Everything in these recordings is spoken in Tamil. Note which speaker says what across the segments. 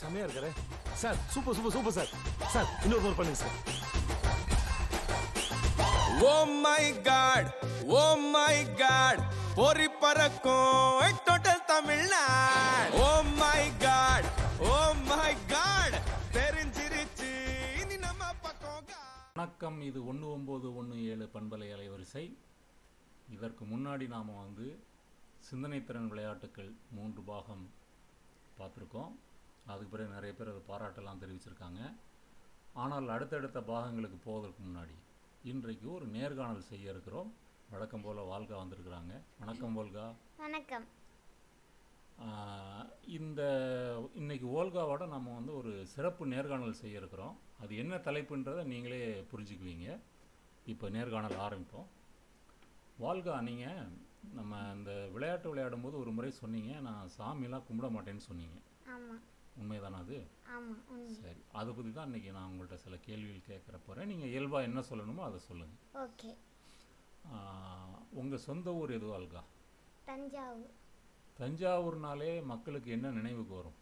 Speaker 1: செமையா இருக்காரு sir super super super sir sir இன்னொரு ஒரு பண்ணுங்க sir
Speaker 2: oh my God oh my God பொறி பறக்கும் total Tamil Nadu oh my God oh my God தெரிஞ்சிருச்சு இனி நம்ம பக்கம் God.
Speaker 3: வணக்கம் இது ஒன்று ஒம்பது ஒன்று ஏழு பண்பலை அலைவரிசை இதற்கு முன்னாடி நாம் வந்து சிந்தனைத்திறன் விளையாட்டுக்கள் மூன்று பாகம் பார்த்துருக்கோம் அதுக்கு பிறகு நிறைய பேர் அது பாராட்டெல்லாம் தெரிவிச்சிருக்காங்க ஆனால் அடுத்தடுத்த பாகங்களுக்கு போவதற்கு முன்னாடி இன்றைக்கு ஒரு நேர்காணல் செய்ய இருக்கிறோம் வழக்கம் போல் வால்கா வந்திருக்கிறாங்க வணக்கம் வால்கா
Speaker 4: வணக்கம்
Speaker 3: ஆஹ் இந்த இன்னைக்கு ஓல்காவோட நம்ம வந்து ஒரு சிறப்பு நேர்காணல் செய்ய இருக்கிறோம் அது என்ன தலைப்புன்றதை நீங்களே புரிஞ்சுக்குவீங்க இப்போ நேர்காணல் ஆரம்பிப்போம் வால்கா நீங்கள் நம்ம இந்த விளையாட்டு விளையாடும் போது ஒரு முறை சொன்னீங்க நான் சாமிலாம் கும்பிட மாட்டேன்னு சொன்னீங்க
Speaker 4: ஆமாம்
Speaker 3: உண்மைதானா அது
Speaker 4: ஆமாம் உண்மை
Speaker 3: சரி அதை பற்றி தான் இன்றைக்கி நான் உங்கள்கிட்ட சில கேள்விகள் கேட்குற போகிறேன் நீங்கள் இயல்பாக என்ன சொல்லணுமோ அதை சொல்லுங்கள்
Speaker 4: ஓகே
Speaker 3: உங்கள் சொந்த ஊர் எது வால்கா
Speaker 4: தஞ்சாவூர்
Speaker 3: தஞ்சாவூர்னாலே மக்களுக்கு என்ன நினைவுக்கு வரும்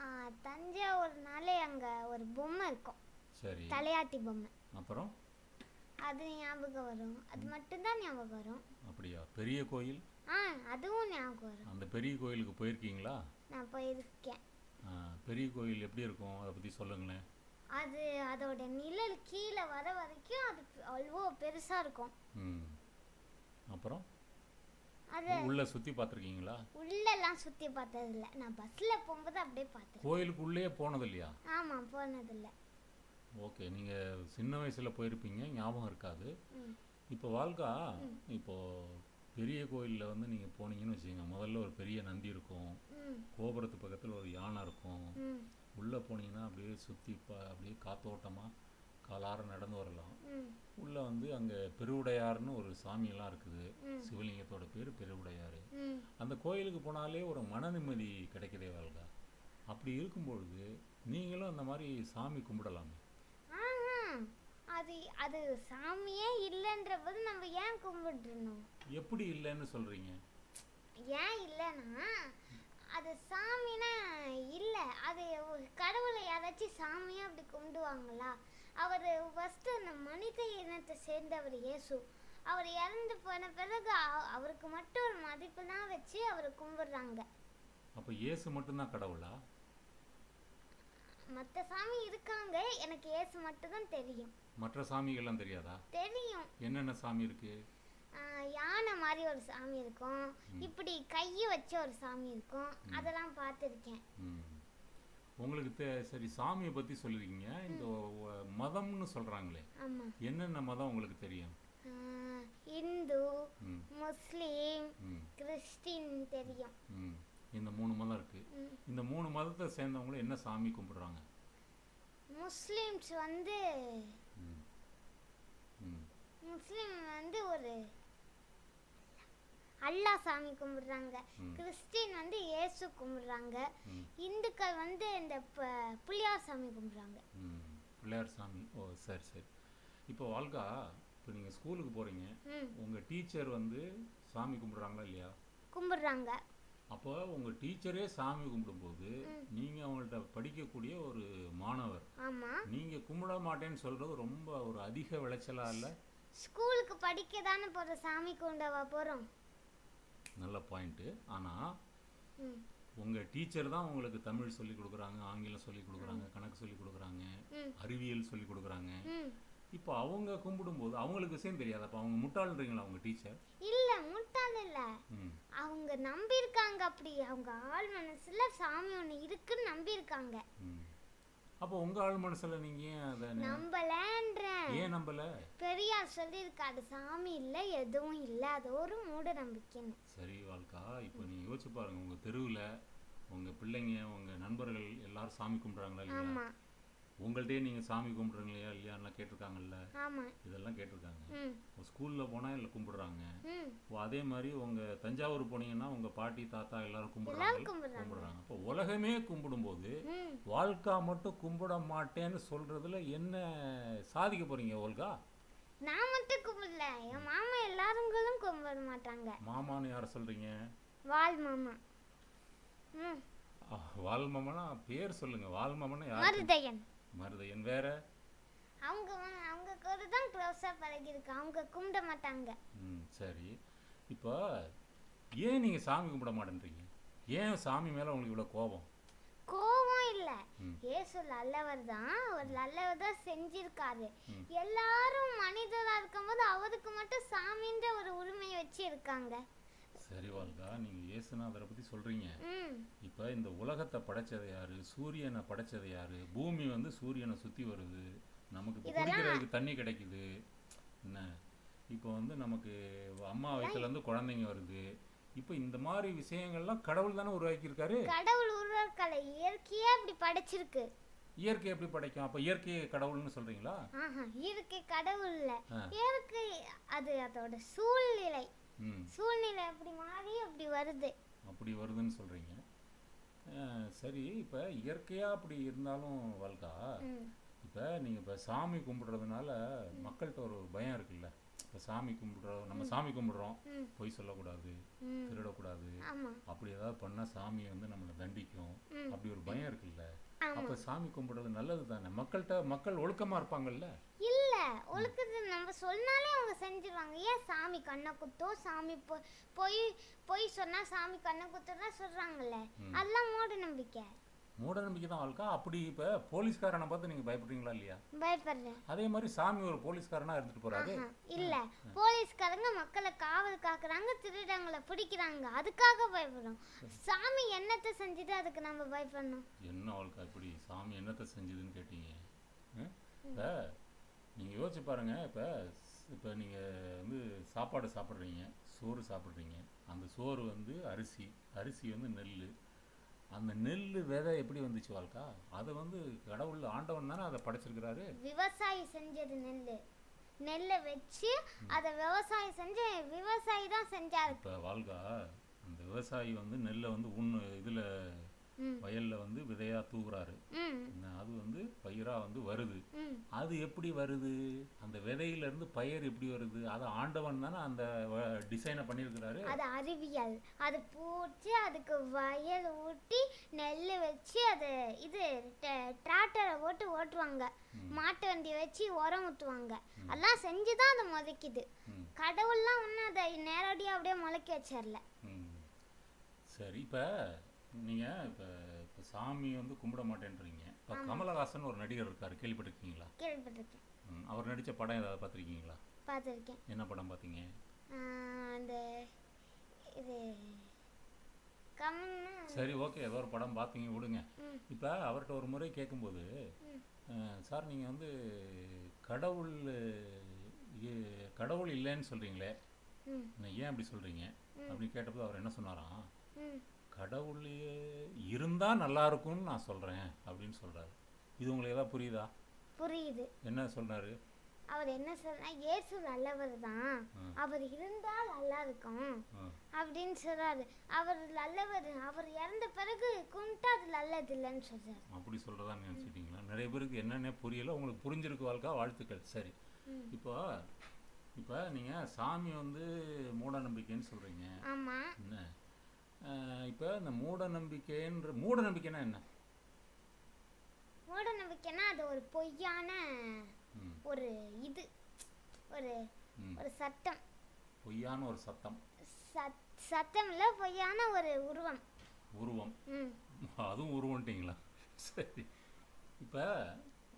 Speaker 4: ஆ, தஞ்சாவூர்னாலே அங்கே ஒரு பொம்மை இருக்கும்
Speaker 3: சரி
Speaker 4: தலையாட்டி பொம்மை
Speaker 3: அப்புறம்
Speaker 4: அது ஞாபகம் வரும் அது மட்டும்தான் ஞாபகம் வரும்
Speaker 3: அப்படியா பெரிய கோயில்
Speaker 4: ஆ அதுவும் ஞாபகம் வரும்
Speaker 3: அந்த பெரிய கோயிலுக்கு போயிருக்கீங்களா
Speaker 4: நான் போயிருக்கேன்
Speaker 3: ஆ, பெரிய கோயில் எப்படி இருக்கும் அதை பற்றி சொல்லுங்களேன்
Speaker 4: அது அதோட நிழல் கீழே வர வரைக்கும் அது அவ்வளோ பெருசாக இருக்கும்
Speaker 3: ம் அப்புறம்
Speaker 4: அது
Speaker 3: உள்ளே சுற்றி பார்த்துருக்கீங்களா
Speaker 4: உள்ளெல்லாம் சுற்றி பார்த்ததில்ல நான் பஸ்ஸில் போகும்போது அப்படியே பார்த்தேன்
Speaker 3: கோயிலுக்குள்ளேயே போனது இல்லையா
Speaker 4: ஆமாம் போனதில்ல
Speaker 3: ஓகே நீங்கள் சின்ன வயசில் போயிருப்பீங்க ஞாபகம் இருக்காது
Speaker 4: ம்.
Speaker 3: இப்போ வாழ்க்கா இப்போ பெரிய கோயிலில் வந்து நீங்கள் போனீங்கன்னு வச்சுக்கோங்க முதல்ல ஒரு பெரிய நந்தி இருக்கும்
Speaker 4: ம்
Speaker 3: கோபுரத்து பக்கத்தில் ஒரு யானை இருக்கும்
Speaker 4: ம்
Speaker 3: உள்ளே போனீங்கன்னா அப்படியே சுற்றி ப அப்படியே காத்தோட்டமாக காலார நடந்து வரலாம்
Speaker 4: ம்
Speaker 3: உள்ளே வந்து அங்கே பெருவுடையார்னு ஒரு சாமியெல்லாம் இருக்குது
Speaker 4: ம்.
Speaker 3: சிவலிங்கத்தோட பேர் பெருவுடையார்
Speaker 4: ம்
Speaker 3: அந்த கோயிலுக்கு போனாலே ஒரு மன நிம்மதி கிடைக்குதே வாழ்க்கா அப்படி இருக்கும் பொழுது நீங்களும் அந்த மாதிரி சாமி கும்பிடலாமே
Speaker 4: ஆஹா அது அது சாமியே இல்லைன்ற போது நம்ம ஏன் கும்பிட்டுருணும்
Speaker 3: எப்படி இல்லைன்னு சொல்கிறீங்க
Speaker 4: ஏன் இல்லைன்னா அது சாமினா இல்லை அது ஒரு கடவுளை யாராச்சும் சாமியாக அப்படி கும்பிடுவாங்களா அவர் ஃபஸ்ட்டு அந்த மனித இனத்தை சேர்ந்தவர் இயேசு அவர் இறந்து போன பிறகு அ- அவருக்கு மட்டும் ஒரு மதிப்புலாம் வச்சு அவரை கும்பிடுறாங்க
Speaker 3: அப்போ இயேசு மட்டும்தான் கடவுளா
Speaker 4: மற்ற சாமி இருக்காங்க எனக்கு இயேசு மட்டும்தான் தெரியும்
Speaker 3: மற்ற சாமிகள்லாம் தெரியாதா
Speaker 4: தெரியும்
Speaker 3: என்னென்ன சாமி இருக்குது
Speaker 4: ஆ, யானை மாதிரி ஒரு சாமி இருக்கும் இப்படி கையை வச்ச ஒரு சாமி இருக்கும் அதெல்லாம் பார்த்துருக்கேன்
Speaker 3: ம் உங்களுக்கு தே சரி சாமியை பற்றி சொல்லிருக்கீங்க இந்த ஒ- மதம்னு சொல்கிறாங்களே
Speaker 4: ஆமாம்
Speaker 3: என்னென்ன மதம் உங்களுக்கு தெரியும்
Speaker 4: இந்து
Speaker 3: ம்
Speaker 4: முஸ்லீம்
Speaker 3: ம்
Speaker 4: கிறிஸ்டின் தெரியும்
Speaker 3: ம் இந்த மூணு மதம் இருக்கு
Speaker 4: ம்.
Speaker 3: இந்த மூணு மதத்தை சேர்ந்தவங்களும் என்ன சாமி கும்பிடுறாங்க
Speaker 4: முஸ்லீம்ஸ் வந்து
Speaker 3: ம் ம்
Speaker 4: முஸ்லீம் வந்து ஒரு அல்லா சாமி கும்பிடுறாங்க கிறிஸ்டின் வந்து இயேசு கும்பிடுறாங்க
Speaker 3: ம்.
Speaker 4: இந்துக்கள் வந்து இந்த ப- புளியார் சாமி கும்பிடுறாங்க
Speaker 3: ம் பிள்ளையார் சாமி ஓ சரி சரி இப்போ வாழ்க்கா இப்போ நீங்கள் ஸ்கூலுக்கு போகிறீங்க
Speaker 4: ம்
Speaker 3: உங்கள் டீச்சர் வந்து சாமி கும்பிடுறாங்களா இல்லையா
Speaker 4: கும்பிடுறாங்க
Speaker 3: அப்போ உங்கள் டீச்சரே சாமி கும்பிடும்போது நீங்கள் அவங்கள்ட்ட படிக்கக்கூடிய ஒரு மாணவர்
Speaker 4: ஆமாம்
Speaker 3: நீங்கள் கும்பிட மாட்டேன்னு சொல்கிறது ரொம்ப ஒரு அதிக விளைச்சலா இல்லை
Speaker 4: ஸ்கூலுக்கு படிக்க தானே போகிற சாமி கும்பிடவா போகிறோம்
Speaker 3: நல்ல பாயிண்ட்டு ஆனால்
Speaker 4: ம்
Speaker 3: உங்கள் டீச்சர் தான் உங்களுக்கு தமிழ் சொல்லி கொடுக்குறாங்க ஆங்கிலம் சொல்லி கொடுக்குறாங்க கணக்கு சொல்லி கொடுக்குறாங்க
Speaker 4: ம்.
Speaker 3: அறிவியல் சொல்லி கொடுக்குறாங்க
Speaker 4: ம்
Speaker 3: இப்போ அவங்க கும்பிடும்போது அவங்களுக்கு விஷயம் தெரியாது அப்போ அவங்க முட்டாளுன்றீங்களா அவங்க டீச்சர்
Speaker 4: இல்லை முட்டாள் இல்லை
Speaker 3: ம்
Speaker 4: அவங்க நம்பியிருக்காங்க அப்படி அவங்க ஆள் மனசுல சாமி ஒன்று இருக்குன்னு நம்பியிருக்காங்க
Speaker 3: ம் அப்போ உங்கள் ஆள் மனசில் நீங்கள் ஏன் அதை ந-
Speaker 4: நம்பலன்றேன்
Speaker 3: ஏன் நம்பலை
Speaker 4: பெரியார் சொல்லியிருக்காரு சாமி இல்லை எதுவும் இல்லை அது ஒரு மூட நம்பிக்கைன்னு
Speaker 3: சரி வாழ்க்கா இப்போ நீங்கள் யோசிச்சு பாருங்கள் உங்கள் தெருவில் உங்கள் பிள்ளைங்க உங்கள் நண்பர்கள் எல்லாரும் சாமி கும்பிட்றாங்களா இல்லையா
Speaker 4: ஆமா
Speaker 3: உங்கள்கிட்டயே நீங்கள் சாமி கும்பிட்றீங்களா இல்லையான்லாம் கேட்டிருக்காங்கல்ல
Speaker 4: ஆமா
Speaker 3: இதெல்லாம் கேட்டிருக்காங்க
Speaker 4: ம்
Speaker 3: ஸ்கூலில் போனால் இல்லை கும்பிட்றாங்க
Speaker 4: ம்
Speaker 3: ஓ, அதே மாதிரி உங்க தஞ்சாவூர் போனீங்கன்னா உங்க பாட்டி தாத்தா எல்லாரும் கும்பிடுறாங்க
Speaker 4: எல்லாரும் கும்பிடுறாங்க.
Speaker 3: கும்பிடுறாங்க அப்போ உலகமே கும்பிடும்போது
Speaker 4: ம்
Speaker 3: வாழ்க்கா மட்டும் கும்பிட மாட்டேன்னு சொல்றதுல என்ன சாதிக்க போறீங்க ஓல்கா
Speaker 4: நான் மட்டும் கும்பிடல என் மாமா எல்லாருங்களும் கும்பிட மாட்டாங்க
Speaker 3: மாமான்னு யாரை சொல்றீங்க
Speaker 4: வாழ் மாமா ம்
Speaker 3: ஆ, வால்மமனா பேர் சொல்லுங்க வால்மமனா யார்
Speaker 4: மருதையன்
Speaker 3: மருதையன் வேற
Speaker 4: அவங்க வந்து- அவங்க கூட தான் க்ளோஸாக பழகிருக்கு அவங்க கும்பிட மாட்டாங்க
Speaker 3: ம் சரி இப்போ ஏன் நீங்கள் சாமி கும்பிட மாட்டேன்றீங்க ஏன் சாமி மேலே உங்களுக்கு இவ்வளோ கோபம்
Speaker 4: கோவம் இல்லை
Speaker 3: ம்.
Speaker 4: இயேசு நல்லவர் தான் அவர் நல்லவர் தான் செஞ்சிருக்காரு
Speaker 3: ம்.
Speaker 4: எல்லாரும் மனிதராக இருக்கும்போது அவருக்கு மட்டும் சாமின்ற ஒரு உரிமையை வச்சு இருக்காங்க
Speaker 3: சரி வாழ்கா நீங்கள் இயேசுநாதரை பற்றி சொல்கிறீங்க
Speaker 4: ம்
Speaker 3: இப்போ இந்த உலகத்தை படைச்சது யாரு சூரியனை படைச்சது யாரு பூமி வந்து சூரியனை சுற்றி வருது நமக்கு இப்போ
Speaker 4: இதெல்லாம்
Speaker 3: குடிக்கிறதுக்கு தண்ணி கிடைக்குது என்ன இப்போ வந்து நமக்கு அம்மா வயிற்றுலேருந்து குழந்தைங்க வருது இப்போ இந்த மாதிரி விஷயங்கள்லாம் கடவுள் தானே உருவாக்கியிருக்காரு
Speaker 4: கடவுள் உருவக்கலை இயற்கையே அப்படி படைச்சிருக்கு
Speaker 3: இயற்கை எப்படி படைக்கும் அப்போ இயற்கையை கடவுள்னு சொல்கிறீங்களா
Speaker 4: ஆஹா இயற்கை கடவுள் இல்லை
Speaker 3: ஆ.
Speaker 4: இயற்கை அது அதோட சூழ்நிலை
Speaker 3: ம்
Speaker 4: சூழ்நிலை அப்படி மாறி அப்படி வருது
Speaker 3: அப்படி வருதுன்னு சொல்கிறீங்க சரி இப்போ இயற்கையாக அப்படி இருந்தாலும் வாழ்க்கா
Speaker 4: ம்
Speaker 3: இப்போ நீங்கள் இப்போ சாமி கும்பிடுறதுனால மக்கள்கிட்ட ஒரு பயம் இருக்குல்ல இப்போ சாமி கும்பிடுறோம் நம்ம சாமி கும்பிடுறோம்
Speaker 4: ம்.
Speaker 3: பொய் சொல்லக்கூடாது
Speaker 4: ம்
Speaker 3: திருடக்கூடாது
Speaker 4: ஆமாம்
Speaker 3: அப்படி ஏதாவது பண்ணால் சாமி வந்து நம்மளை தண்டிக்கும்
Speaker 4: ம்.
Speaker 3: அப்படி ஒரு பயம் இருக்குல்ல
Speaker 4: ஆமாம்
Speaker 3: அப்போ சாமி கும்பிடுறது நல்லது தானே மக்கள்கிட்ட மக்கள் ஒழுக்கமாக இருப்பாங்கல்ல
Speaker 4: இல்ல ஒழுக்கத்தை நம்ம சொன்னாலே அவங்க செஞ்சிருவாங்க ஏன் சாமி கண்ணை குத்தும் சாமி பொ- பொய் பொய் சொன்னா சாமி கண்ணை குத்துறதா சொல்றாங்கல்ல அதெல்லாம் மூட நம்பிக்கை
Speaker 3: மூட நம்பிக்கை தான் வாழ்க்கா அப்படி இப்போ போலீஸ்காரனை பார்த்து நீங்கள் பயப்படுறீங்களா இல்லையா
Speaker 4: பயப்படுறேன்
Speaker 3: அதே மாதிரி சாமி ஒரு போலீஸ்காரனா இருந்துட்டு போகிறாரு
Speaker 4: ஆஹா, இல்ல போலீஸ்காரங்க மக்களை காவல் காக்குறாங்க திருடங்களை பிடிக்கிறாங்க அதுக்காக பயப்படும் சாமி என்னத்தை செஞ்சுட்டு அதுக்கு நம்ம பயப்படணும்
Speaker 3: என்ன வாழ்க்கை இப்படி சாமி என்னத்தை செஞ்சுதுன்னு கேட்டீங்க இப்போ நீங்கள் யோசிச்சு பாருங்க இப்போ இப்போ நீங்கள் வந்து சாப்பாடு சாப்பிட்றீங்க சோறு சாப்பிட்றீங்க அந்த சோறு வந்து அரிசி அரிசி வந்து நெல் அந்த நெல் விதை எப்படி வந்துச்சு வாழ்க்கா அதை வந்து கடவுள் ஆண்டவன் தானே அதை படைச்சிருக்கிறாரு
Speaker 4: விவசாயி செஞ்சது நெல்லு நெல்லை வச்சு அதை விவசாயம் செஞ்சு விவசாயி தான் செஞ்சாரு
Speaker 3: இப்போ வாழ்க்கா அந்த விவசாயி வந்து நெல்லை வந்து உண்ணு இதில்
Speaker 4: ம்
Speaker 3: வயலில் வந்து விதையாக தூவுறாரு
Speaker 4: ம்
Speaker 3: என்ன, அது வந்து பயிராக வந்து வருது
Speaker 4: ம்
Speaker 3: அது எப்படி வருது அந்த விதையில இருந்து பயிர் எப்படி வருது அது ஆண்டவன் தானே அந்த டிசைனை பண்ணியிருக்கிறாரு
Speaker 4: அது அறிவியல் அது பூச்சி அதுக்கு வயல் ஊட்டி நெல் வச்சு அது இது டிராக்டரை போட்டு ஓட்டுவாங்க மாட்டு வண்டி வச்சு உரம் ஊற்றுவாங்க அதெல்லாம் செஞ்சு தான் அது முளைக்குது
Speaker 3: ம்.
Speaker 4: கடவுள்லாம் ஒன்றும் அதை நேரடியாக அப்படியே முளைக்க வச்சிடல
Speaker 3: ம். சரி இப்போ நீங்கள் இப்போ இப்போ சாமி வந்து கும்பிட மாட்டேன்றீங்க இப்போ கமலஹாசன் ஒரு நடிகர் இருக்கார் கேள்விப்பட்டிருக்கீங்களா
Speaker 4: கேள்விப்பட்டிருக்கேன்
Speaker 3: ம். அவர் நடித்த படம் ஏதாவது பார்த்துருக்கீங்களா
Speaker 4: பார்த்துருக்கேன்
Speaker 3: என்ன படம் பார்த்தீங்க
Speaker 4: அந்த இது கம்முன்னு
Speaker 3: சரி ஓகே ஏதோ ஒரு படம் பார்த்தீங்க விடுங்க இப்போ அவர்கிட்ட ஒரு முறை கேட்கும்போது அஹ், சார் நீங்கள் வந்து கடவுள் இ- கடவுள் இல்லைன்னு சொல்கிறீங்களே
Speaker 4: ம்.
Speaker 3: நான் ஏன் அப்படி சொல்கிறீங்க அப்படின்னு கேட்டப்போ அவர் என்ன சொன்னாராம்
Speaker 4: ம்
Speaker 3: கடவுள் இருந்தால் நல்லா இருக்கும்னு நான் சொல்கிறேன் அப்படின்னு சொல்கிறாரு இது உங்களுக்கு ஏதாவது புரியுதா
Speaker 4: புரியுது
Speaker 3: என்ன சொல்றாரு
Speaker 4: அவர் என்ன சொல்றா இயேசு நல்லவர் தான் அவர் இருந்தால் நல்லா இருக்கும்
Speaker 3: ஆ
Speaker 4: அப்படின்னு சொல்றாரு அவர் நல்லவர் அவர் இறந்த பிறகு கும்பிட்டா அது நல்லது இல்லைன்னு சொல்றாரு
Speaker 3: அப்படி சொல்கிறதா நினச்சிட்டிங்களா நிறைய பேருக்கு என்னென்ன புரியல உங்களுக்கு புரிஞ்சிருக்கு வாழ்க்கா வாழ்த்துக்கள் சரி இப்போ இப்போ நீங்கள் சாமி வந்து மூட நம்பிக்கைன்னு சொல்கிறீங்க
Speaker 4: ஆமா
Speaker 3: என்ன அஹ், இப்போ இந்த மூட நம்பிக்கைன்ற மூட நம்பிக்கைன்னா என்ன
Speaker 4: மூட நம்பிக்கைன்னா அது ஒரு பொய்யான
Speaker 3: ம்
Speaker 4: ஒரு இது ஒரு
Speaker 3: ம்
Speaker 4: ஒரு சட்டம்
Speaker 3: பொய்யான ஒரு சத்தம்
Speaker 4: சத் சத்தம் இல்லை பொய்யான ஒரு உருவம்
Speaker 3: உருவம்
Speaker 4: ம்
Speaker 3: அதுவும் உருவன்ட்டிங்களா சரி இப்போ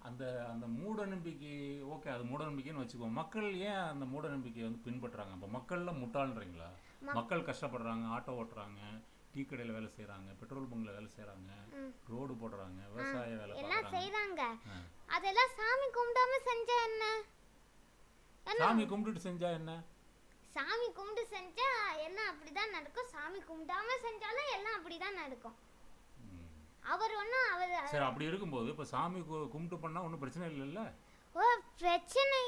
Speaker 3: அந்த அந்த மூட நம்பிக்கை ஓகே அது மூட நம்பிக்கைன்னு வச்சுக்குவோம் மக்கள் ஏன் அந்த மூட நம்பிக்கையை வந்து பின்பற்றுறாங்க அப்போ மக்கள்லாம் முட்டாள்ன்றீங்களா மக்கள் கஷ்டப்படுறாங்க ஆட்டோ ஓட்டுறாங்க டீ கடையில் வேலை செய்கிறாங்க பெட்ரோல் பங்கில் வேலை செய்கிறாங்க ரோடு போடுறாங்க விவசாய வேலை
Speaker 4: எல்லாம்
Speaker 3: பார்க்குறாங்க
Speaker 4: செய்றாங்க
Speaker 3: ஆ.
Speaker 4: அதெல்லாம் சாமி கும்பிடாம செஞ்சா என்ன
Speaker 3: சாமி கும்பிட்டுட்டு செஞ்சா என்ன
Speaker 4: சாமி கும்பிட்டு செஞ்சா எல்லாம் அப்படிதான் நடக்கும் சாமி கும்பிடாம செஞ்சாலும் எல்லாம் அப்படிதான் நடக்கும்
Speaker 3: ம்.
Speaker 4: அவர் ஒன்றும் அவர்
Speaker 3: சரி அப்படி இருக்கும்போது இப்போ சாமி கு- கும்பிட்டு பண்ணால் ஒன்றும் பிரச்சனை இல்லைல்ல
Speaker 4: ஓ பிரச்சனை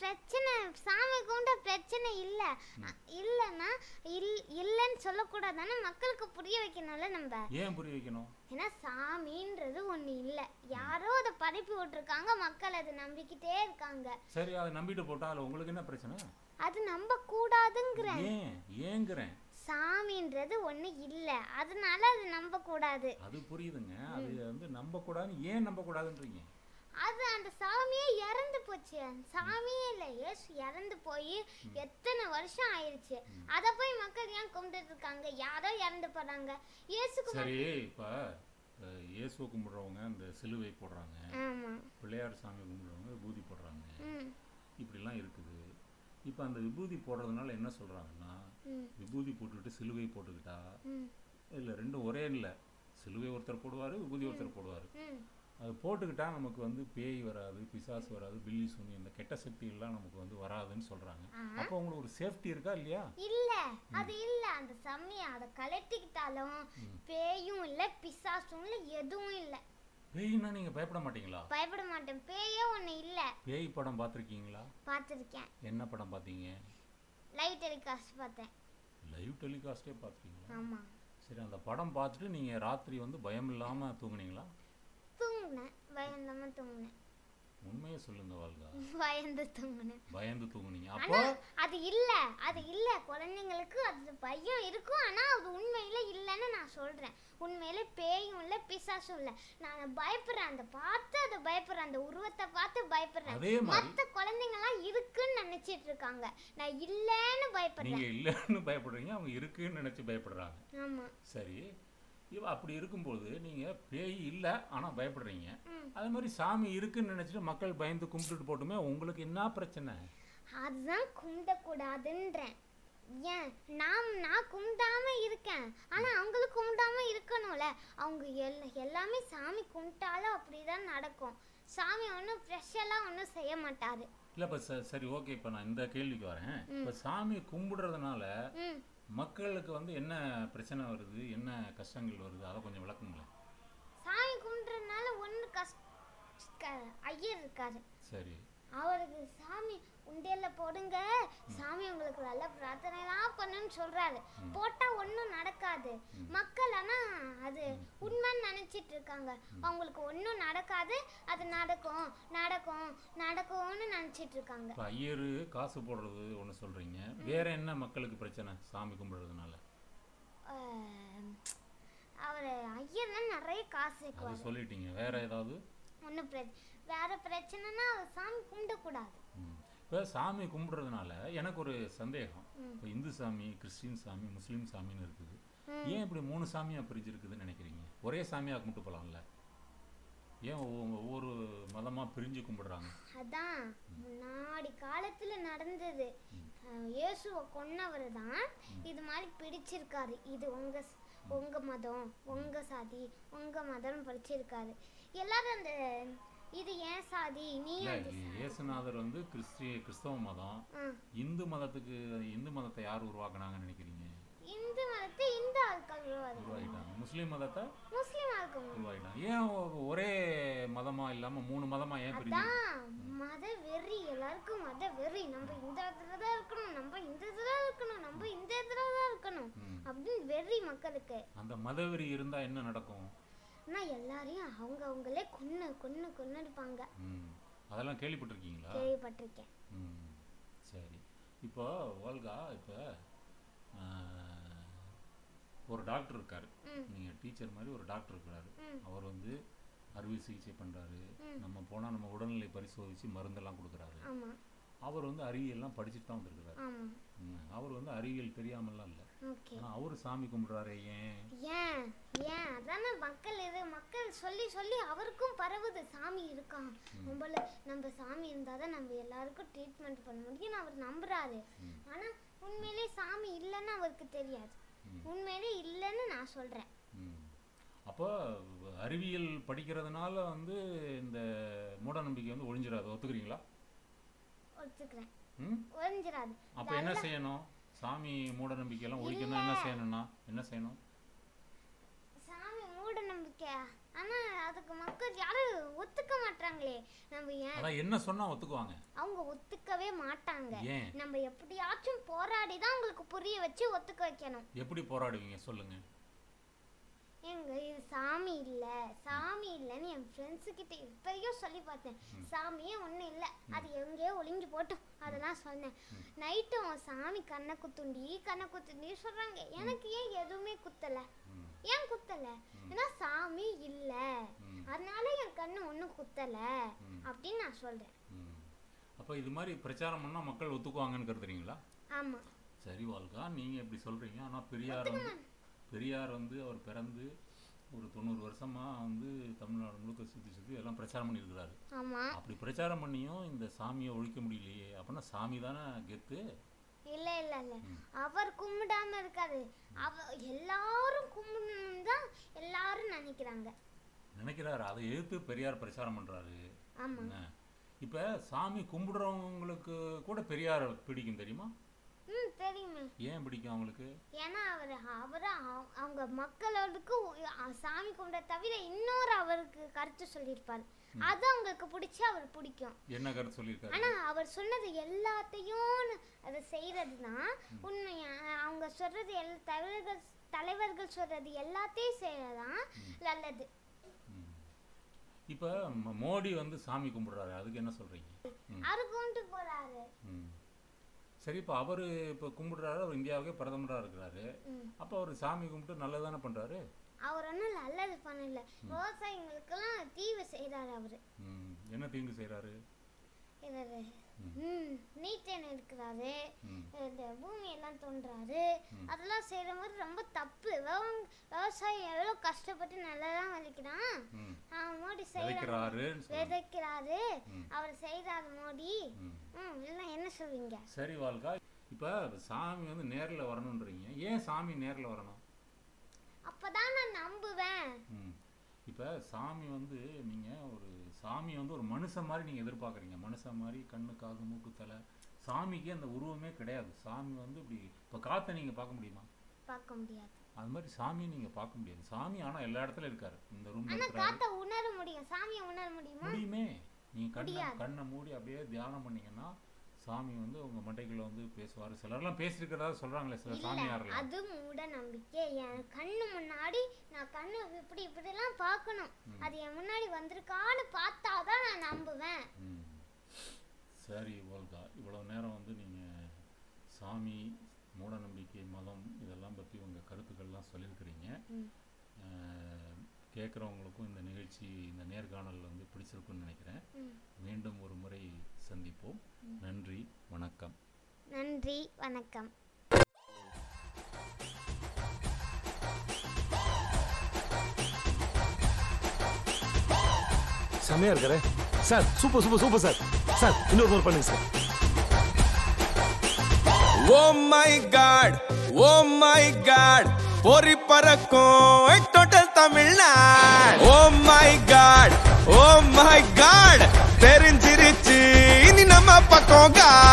Speaker 4: பிரச்சனை சாமி கும்பிட்ட பிரச்சனை இல்லை இல்லைன்னா இல் இல்லைன்னு சொல்லக்கூடாது ஆனால் மக்களுக்கு புரிய வைக்கணும்ல நம்ம
Speaker 3: ஏன் புரிய வைக்கணும்
Speaker 4: ஏன்னா சாமின்றது ஒன்று இல்லை யாரோ அதை பரப்பி விட்டுருக்காங்க மக்கள் அதை நம்பிக்கிட்டே இருக்காங்க
Speaker 3: சரி அதை நம்பிட்டு போட்டா அதில் உங்களுக்கு என்ன பிரச்சனை
Speaker 4: அது நம்பக்கூடாதுங்கிற
Speaker 3: ஏன் ஏங்குறேன்
Speaker 4: சாமின்றது ஒன்று இல்லை அதனால அது நம்பக்கூடாது
Speaker 3: அது புரியுதுங்க அது வந்து நம்பக்கூடாதுன்னு ஏன் நம்பக்கூடாதுன்றீங்க
Speaker 4: அது அந்த சாமியே இறந்து போச்சு அந்த சாமியே இல்லை இயேசு இறந்து போய் எத்தனை வருஷம் ஆயிடுச்சு அதை போய் மக்கள் ஏன் கும்பிட்டுட்டு இருக்காங்க யாரோ இறந்து போறாங்க இயேசுக்கு
Speaker 3: சரி இப்போ இயேசுவை கும்பிட்றவங்க இந்த சிலுவை போடுறாங்க
Speaker 4: ஆமா
Speaker 3: பிள்ளையார் சாமி கும்பிட்றவங்க விபூதி போடுறாங்க
Speaker 4: ம்
Speaker 3: இப்படிலாம் இருக்குது இப்போ அந்த விபூதி போடுறதுனால என்ன சொல்கிறாங்கன்னா
Speaker 4: ம்.
Speaker 3: விபூதி போட்டுக்கிட்டு சிலுவை போட்டுக்கிட்டா
Speaker 4: ம்
Speaker 3: இல்லை ரெண்டும் ஒரே இல்லை சிலுவை ஒருத்தர் போடுவார் விபூதி ஒருத்தர் போடுவார்
Speaker 4: ம்
Speaker 3: அது போட்டுக்கிட்டா நமக்கு வந்து பேய் வராது பிசாசு வராது பில்லி சுனி இந்த கெட்ட சக்தி எல்லாம் நமக்கு வந்து வராதுன்னு சொல்கிறாங்க அப்போ உங்களுக்கு ஒரு சேஃப்டி இருக்கா இல்லையா
Speaker 4: இல்ல அது இல்ல அந்த சாமியை அதை கலட்டிக்கிட்டாலும் பேயும் இல்ல பிசாசும் இல்ல எதுவும் இல்ல
Speaker 3: பேய்னா நீங்கள் பயப்பட மாட்டீங்களா
Speaker 4: பயப்பட மாட்டேன் பேயே ஒண்ணு இல்ல
Speaker 3: பேய் படம் பார்த்துருக்கீங்களா
Speaker 4: பார்த்துருக்கேன்
Speaker 3: என்ன படம் பார்த்தீங்க
Speaker 4: லைவ் டெலிகாஸ்ட் பார்த்தேன்
Speaker 3: லைவ் டெலிகாஸ்டே பார்த்துருக்கீங்களா
Speaker 4: ஆமா
Speaker 3: சரி அந்த படம் பார்த்துட்டு நீங்கள் ராத்திரி வந்து பயம் இல்லாமல் தூங்குனீங்களா
Speaker 4: தூங்குனேன் பயந்தமா தூங்குனேன்
Speaker 3: உண்மையை சொல்லுங்க வாழ்கா
Speaker 4: பயந்து தூங்குனேன்
Speaker 3: பயந்து தூங்குனீங்க
Speaker 4: ஆனா
Speaker 3: அப்போ
Speaker 4: அது இல்ல அது இல்ல குழந்தைங்களுக்கு அது பயம் இருக்கும் ஆனா அது உண்மையில இல்லைன்னு நான் சொல்றேன் உண்மையில பேயும் இல்ல பிசாசும் இல்ல நான் பயப்படுறேன் அந்த பார்த்து அதை பயப்படுறேன் அந்த உருவத்தை பார்த்து பயப்படுறேன்
Speaker 3: அதே மாதிரி
Speaker 4: மத்த குழந்தைங்க எல்லாம் இருக்குன்னு நினைச்சிட்டு இருக்காங்க நான் இல்லைன்னு பயப்படுறேன்
Speaker 3: நீங்கள் இல்லைன்னு பயப்படுறீங்க அவங்க இருக்குன்னு நினச்சி பயப்படுறாங்க
Speaker 4: ஆமா
Speaker 3: சரி இவ அப்படி இருக்கும்போது நீங்கள் பேய் இல்லை ஆனால் பயப்படுறீங்க
Speaker 4: ம்.
Speaker 3: அதே மாதிரி சாமி இருக்குன்னு நினச்சிட்டு மக்கள் பயந்து கும்பிட்டுட்டு போட்டுமே உங்களுக்கு என்ன பிரச்சனை
Speaker 4: அதுதான் கும்பிடக்கூடாதுன்றேன் ஏன் நாம் நான் கும்பிடாம இருக்கேன் ஆனா அவங்களும் கும்பிடாம இருக்கணும்ல அவங்க எல்லா எல்லாமே சாமி கும்பிட்டாலும் அப்படிதான் நடக்கும் சாமி ஒன்றும் ஃப்ரெஷ்ஷெல்லாம் ஒன்றும் செய்ய மாட்டாரு
Speaker 3: இல்லை இப்போ சரி ஓகே இப்போ நான் இந்த கேள்விக்கு வரேன் இப்போ சாமி கும்பிடுறதுனால
Speaker 4: ம்
Speaker 3: மக்களுக்கு வந்து என்ன பிரச்சனை வருது என்ன கஷ்டங்கள் வருது அதை கொஞ்சம் விளக்குங்களேன்
Speaker 4: சாமி கும்பிட்றதுனால ஒன்று கஷ்ட க- ஐயர் இருக்காரு
Speaker 3: சரி
Speaker 4: அவருக்கு சாமி உண்டியல்ல போடுங்க சாமி உங்களுக்கு நல்ல பிரார்த்தனைலாம் பண்ணுன்னு சொல்றாரு போட்டா ஒன்றும் நடக்காது மக்கள் ஆனா அது உண்மைன்னு நினைச்சிட்டு இருக்காங்க அவங்களுக்கு ஒன்றும் நடக்காது அது நடக்கும் நடக்கும் நடக்கும்னு நினைச்சிட்டு இருக்காங்க
Speaker 3: இப்போ ஐயர் காசு போடுறது ஒன்று சொல்கிறீங்க வேற என்ன மக்களுக்கு பிரச்சனை சாமி கும்பிடுறதுனால
Speaker 4: அவர் ஐயர்லாம் நிறைய காசு
Speaker 3: அது
Speaker 4: வைக்குவாரு
Speaker 3: சொல்லிட்டீங்க வேற ஏதாவது
Speaker 4: ஒன்றும் பிர வேற பிரச்சனைனா அவர் சாமி கும்பிடக்கூடாது
Speaker 3: இப்போ சாமி கும்பிடுறதுனால எனக்கு ஒரு சந்தேகம் இப்போ இந்து சாமி கிறிஸ்டின் சாமி முஸ்லீம் சாமின்னு இருக்குது ஏன் இப்படி மூணு சாமியாக பிரிஞ்சிருக்குதுன்னு நினைக்கிறீங்க ஒரே சாமியாக கும்பிட்டு போகலாம்ல ஏன் ஒவ்வொ- ஒவ்வொரு மதமாக பிரிஞ்சு கும்பிடுறாங்க
Speaker 4: அதான் முன்னாடி காலத்துல நடந்தது அஹ், இயேசுவை கொன்னவர் தான் இது மாதிரி பிடிச்சிருக்காரு இது உங்க ஸ்- உங்க மதம் உங்க சாதி உங்க மதம் பிடிச்சிருக்காரு எல்லாரும் அந்த இது ஏன் சாதி நீ
Speaker 3: இல்லை
Speaker 4: அந்த சா-
Speaker 3: இயேசுநாதர் வந்து கிறிஸ்டி கிறிஸ்தவ மதம்
Speaker 4: ஆ,
Speaker 3: இந்து மதத்துக்கு இந்து மதத்தை யார் உருவாக்குனாங்கன்னு நினைக்கிறீங்க
Speaker 4: இந்து மதத்தை இந்து ஆட்கள் உருவாது
Speaker 3: உருவாக்கிட்டாங்க முஸ்லீம் மதத்தை
Speaker 4: முஸ்லீம் ஆட்கள் உருவாக்குனாங்க.
Speaker 3: உருவாக்கிட்டாங்க ஏன் ஒ- ஒரே மதமாக இல்லாமல் மூணு மதமாக ஏன் பிரிஞ்சு
Speaker 4: அதான் மத வெறி எல்லாருக்கும் மத வெறி நம்ம இந்த இடத்துல தான் இருக்கணும் நம்ம இந்த இடத்துல தான் இருக்கணும் நம்ம இந்த இடத்துல தான் இருக்கணும் அப்படின்னு வெறி மக்களுக்கு
Speaker 3: அந்த மதவெறி இருந்தால் என்ன நடக்கும்
Speaker 4: ஆனால் எல்லாரையும் அவங்க அவங்களே கொன்று கொன்று கொன்னுடுப்பாங்க
Speaker 3: ம் அதெல்லாம் கேள்விப்பட்டிருக்கீங்களா
Speaker 4: கேள்விப்பட்டிருக்கேன்
Speaker 3: ம் சரி இப்போ ஓல்கா இப்போ ஒரு டாக்டர் இருக்காரு
Speaker 4: ம்.
Speaker 3: நீங்கள் டீச்சர் மாதிரி ஒரு டாக்டர் இருக்கிறாரு
Speaker 4: ம்.
Speaker 3: அவர் வந்து அறுவை சிகிச்சை பண்ணுறாரு நம்ம போனால் நம்ம உடல்நிலை பரிசோதித்து மருந்தெல்லாம் கொடுக்குறாரு
Speaker 4: ஆமாம்
Speaker 3: அவர் வந்து அறிவியல்லாம் படிச்சுட்டு தான் வந்திருக்கிறாரு
Speaker 4: ஆமாம்
Speaker 3: ம். அவர் வந்து அறிவியல் தெரியாமலாம் இல்லை
Speaker 4: ஓகே
Speaker 3: ஆனால் அவர் சாமி கும்பிட்றாரு ஏன்
Speaker 4: ஏன் ஏன் அதானே மக்கள் இது மக்கள் சொல்லி சொல்லி அவருக்கும் பரவுது சாமி இருக்கான் நம்மள நம்ம சாமி இருந்தால் தான் நம்ம எல்லாருக்கும் ட்ரீட்மெண்ட் பண்ண முடியும்னு அவர் நம்புறாரு ஆனால் உண்மையிலே சாமி இல்லைன்னு அவருக்கு தெரியாது உண்மையிலே இல்லைன்னு நான் சொல்கிறேன்
Speaker 3: ம். அப்போ அறிவியல் படிக்கிறதுனால வந்து இந்த மூட நம்பிக்கை வந்து ஒழிஞ்சிடாது ஒத்துக்கிறீங்களா
Speaker 4: ஒத்துக்கிறேன்
Speaker 3: ம்
Speaker 4: ஒழிஞ்சிடாது
Speaker 3: அப்ப என்ன செய்யணும் சாமி மூட நம்பிக்கையெல்லாம் ஒழிக்கணும் என்ன செய்யணும்னா என்ன செய்யணும்
Speaker 4: சாமி மூட நம்பிக்கை ஆனா அதுக்கு மக்கள் யாரும் ஒத்துக்க மாட்டாங்களே நம்ம ஏன்
Speaker 3: அதான் என்ன சொன்னா ஒத்துக்குவாங்க
Speaker 4: அவங்க ஒத்துக்கவே மாட்டாங்க
Speaker 3: ஏன்
Speaker 4: நம்ம எப்படியாச்சும் போராடி தான் அவங்களுக்கு புரிய வச்சு ஒத்துக்க வைக்கணும்
Speaker 3: எப்படி போராடுவீங்க சொல்லுங்க
Speaker 4: எங்க இது சாமி இல்லை சாமி இல்லைன்னு என் ஃப்ரெண்ட்ஸுக்கிட்ட இப்பயும் சொல்லி பார்த்தேன் சாமியே ஒன்றும் இல்லை அது எங்கேயோ ஒளிஞ்சு போட்டோம் அதெல்லாம் சொன்னேன் நைட்டும் சாமி கண்ணை குத்துண்டி கண்ணை குத்துண்டி சொல்கிறாங்க எனக்கு ஏன் எதுவுமே குத்தலை
Speaker 3: ம்.
Speaker 4: ஏன் குத்தலை ஏன்னா சாமி இல்லை அதனால என் கண்ணு ஒன்றும் குத்தலை அப்படின்னு நான் சொல்கிறேன்
Speaker 3: ம். அப்போ இது மாதிரி பிரச்சாரம் பண்ணால் மக்கள் ஒத்துக்குவாங்கன்னு கருதுறீங்களா
Speaker 4: ஆமாம்
Speaker 3: சரி வாழ்க்கா நீங்கள் இப்படி சொல்கிறீங்க ஆனால் பெரியார் வந்து பெரியார் வந்து அவர் பிறந்து ஒரு தொண்ணூறு வருஷமாக வந்து தமிழ்நாடு முழுக்க சுற்றி சுற்றி எல்லாம் பிரச்சாரம் பண்ணியிருக்கிறாரு
Speaker 4: ஆமாம்
Speaker 3: அப்படி பிரச்சாரம் பண்ணியும் இந்த சாமியை ஒழிக்க முடியலையே அப்படின்னா சாமி தானே கெத்து
Speaker 4: இல்ல இல்ல இல்ல அவர் கும்பிடாம இருக்காது அவ எல்லாரும் கும்பிடணும் தான் எல்லாரும் நினைக்கிறாங்க
Speaker 3: நினைக்கிறாரு அதை எதிர்த்து பெரியார் பிரச்சாரம் பண்ணுறாரு
Speaker 4: ஆமா
Speaker 3: என்ன இப்போ சாமி கும்பிடுறவங்களுக்கு கூட பெரியார் பிடிக்கும் தெரியுமா
Speaker 4: ம் தெரியுமே
Speaker 3: ஏன் பிடிக்கும் அவங்களுக்கு
Speaker 4: ஏன்னா அவர் அவரை அவ- அவங்க மக்களோடுக்கு ஒ- அ- சாமி கும்பிட தவிர இன்னொரு அவருக்கு கருத்து சொல்லியிருப்பார் அது அவங்களுக்கு பிடிச்சி அவர் பிடிக்கும்
Speaker 3: என்ன கருத்து சொல்லியிருக்காரு
Speaker 4: ஆனா அவர் சொன்னது எல்லாத்தையும் அதை செய்யறது தான் உண்மை அ- அவங்க சொல்றது எல்லா தலைவர்கள் தலைவர்கள் சொல்றது எல்லாத்தையும் செய்யறதான் நல்லது
Speaker 3: இப்போ மோடி வந்து சாமி கும்பிடுறாரு அதுக்கு என்ன சொல்கிறீங்க
Speaker 4: அவரு கும்பிட்டு போறாரு
Speaker 3: ம் சரி இப்போ அவர் இப்போ கும்பிடுறாரு அவர் இந்தியாவுக்கே பிரதமராக இருக்கிறாரு
Speaker 4: ம்.
Speaker 3: அப்போ அவர் சாமி கும்பிட்டு நல்லது தானே பண்ணுறாரு
Speaker 4: அவர் ஒன்றும் நல்லது பண்ணல விவசாயிங்களுக்கெல்லாம் தீவு செய்கிறார் அவர்
Speaker 3: ம் என்ன தீங்கு செய்கிறாரு
Speaker 4: இவர் ம் நீட்டேன் எடுக்கிறாரு
Speaker 3: ம்.
Speaker 4: இந்த பூமியெல்லாம் தோன்றாரு அதெல்லாம் செய்கிற மாதிரி ரொம்ப தப்பு விவங்- விவசாயி எவ்வளோ கஷ்டப்பட்டு நல்லதான் விளைக்கிறான்
Speaker 3: ம்
Speaker 4: ஆ, மோடி செய்கிறாரு
Speaker 3: விதைக்கிறாருன்னு சொல்லு.
Speaker 4: விதைக்கிறாரு அவர் செய்கிறாரு மோடி
Speaker 3: ம்.
Speaker 4: ம் இல்லை என்ன சொல்வீங்க
Speaker 3: சரி வாழ்க்கா இப்போ சாமி வந்து நேரில் வரணுன்றீங்க ஏன் சாமி நேரில் வரணும்
Speaker 4: அப்பதான் நான் நம்புவேன்
Speaker 3: ம் இப்போ சாமி வந்து நீங்கள் ஒரு சாமி வந்து ஒரு மனுஷன் மாதிரி நீங்கள் எதிர்பார்க்குறீங்க மனுஷன் மாதிரி கண்ணு காது மூக்கு தலை சாமிக்கு அந்த உருவமே கிடையாது சாமி வந்து இப்படி இப்போ காற்றை நீங்கள் பார்க்க முடியுமா
Speaker 4: பார்க்க முடியாது
Speaker 3: அது மாதிரி சாமியை நீங்கள் பார்க்க முடியாது சாமி ஆனால் எல்லா இடத்துல இருக்காரு இந்த ரூமில்
Speaker 4: ஆனால்
Speaker 3: இருக்கிறாரு
Speaker 4: காற்றை உணர முடியும் சாமியை உணர முடியுமா
Speaker 3: முடியுமே நீங்கள் கண்ணை
Speaker 4: முடியாது.
Speaker 3: கண்ணை மூடி அப்படியே தியானம் பண்ணீங்கன்னா சாமி வந்து உங்கள் மண்டைக்குள்ள வந்து பேசுவார் சிலர்லாம் பேசியிருக்கிறதா சொல்கிறாங்களே சில
Speaker 4: இல்ல
Speaker 3: சாமியாரில்
Speaker 4: அது மூட நம்பிக்கை என் கண்ணு முன்னாடி நான் கண்ணு இப்படி இப்படிலாம் பார்க்கணும் அது என் முன்னாடி வந்திருக்கான்னு பார்த்தாதான் நான் நம்புவேன்
Speaker 3: ம். சரி ஓல்கா இவ்வளோ நேரம் வந்து நீங்கள் சாமி மூடநம்பிக்கை மதம் இதெல்லாம் பற்றி உங்கள் கருத்துக்கள்லாம் சொல்லியிருக்கிறீங்க கேட்குறவங்களுக்கும் இந்த நிகழ்ச்சி இந்த நேர்காணல் வந்து பிடிச்சிருக்குன்னு நினைக்கிறேன் மீண்டும் ஒரு முறை சந்திப்போம் நன்றி வணக்கம்
Speaker 4: நன்றி வணக்கம்
Speaker 1: செமையா இருக்கிற sir super super super sir sir இன்னொரு போர் பண்ணுங்க sir
Speaker 2: Om my god Om my god ಪೊರಿ ಪರಕ್ಕೋ ಟೋಟಲ್ ತಮಿಳ್ನಾಡ್ ಓಂ my god Om my god ತೆರಿಂಜಿರಿಚಿ ಇನಿ ನಮ್ಮ ಪಕ್ಕೋ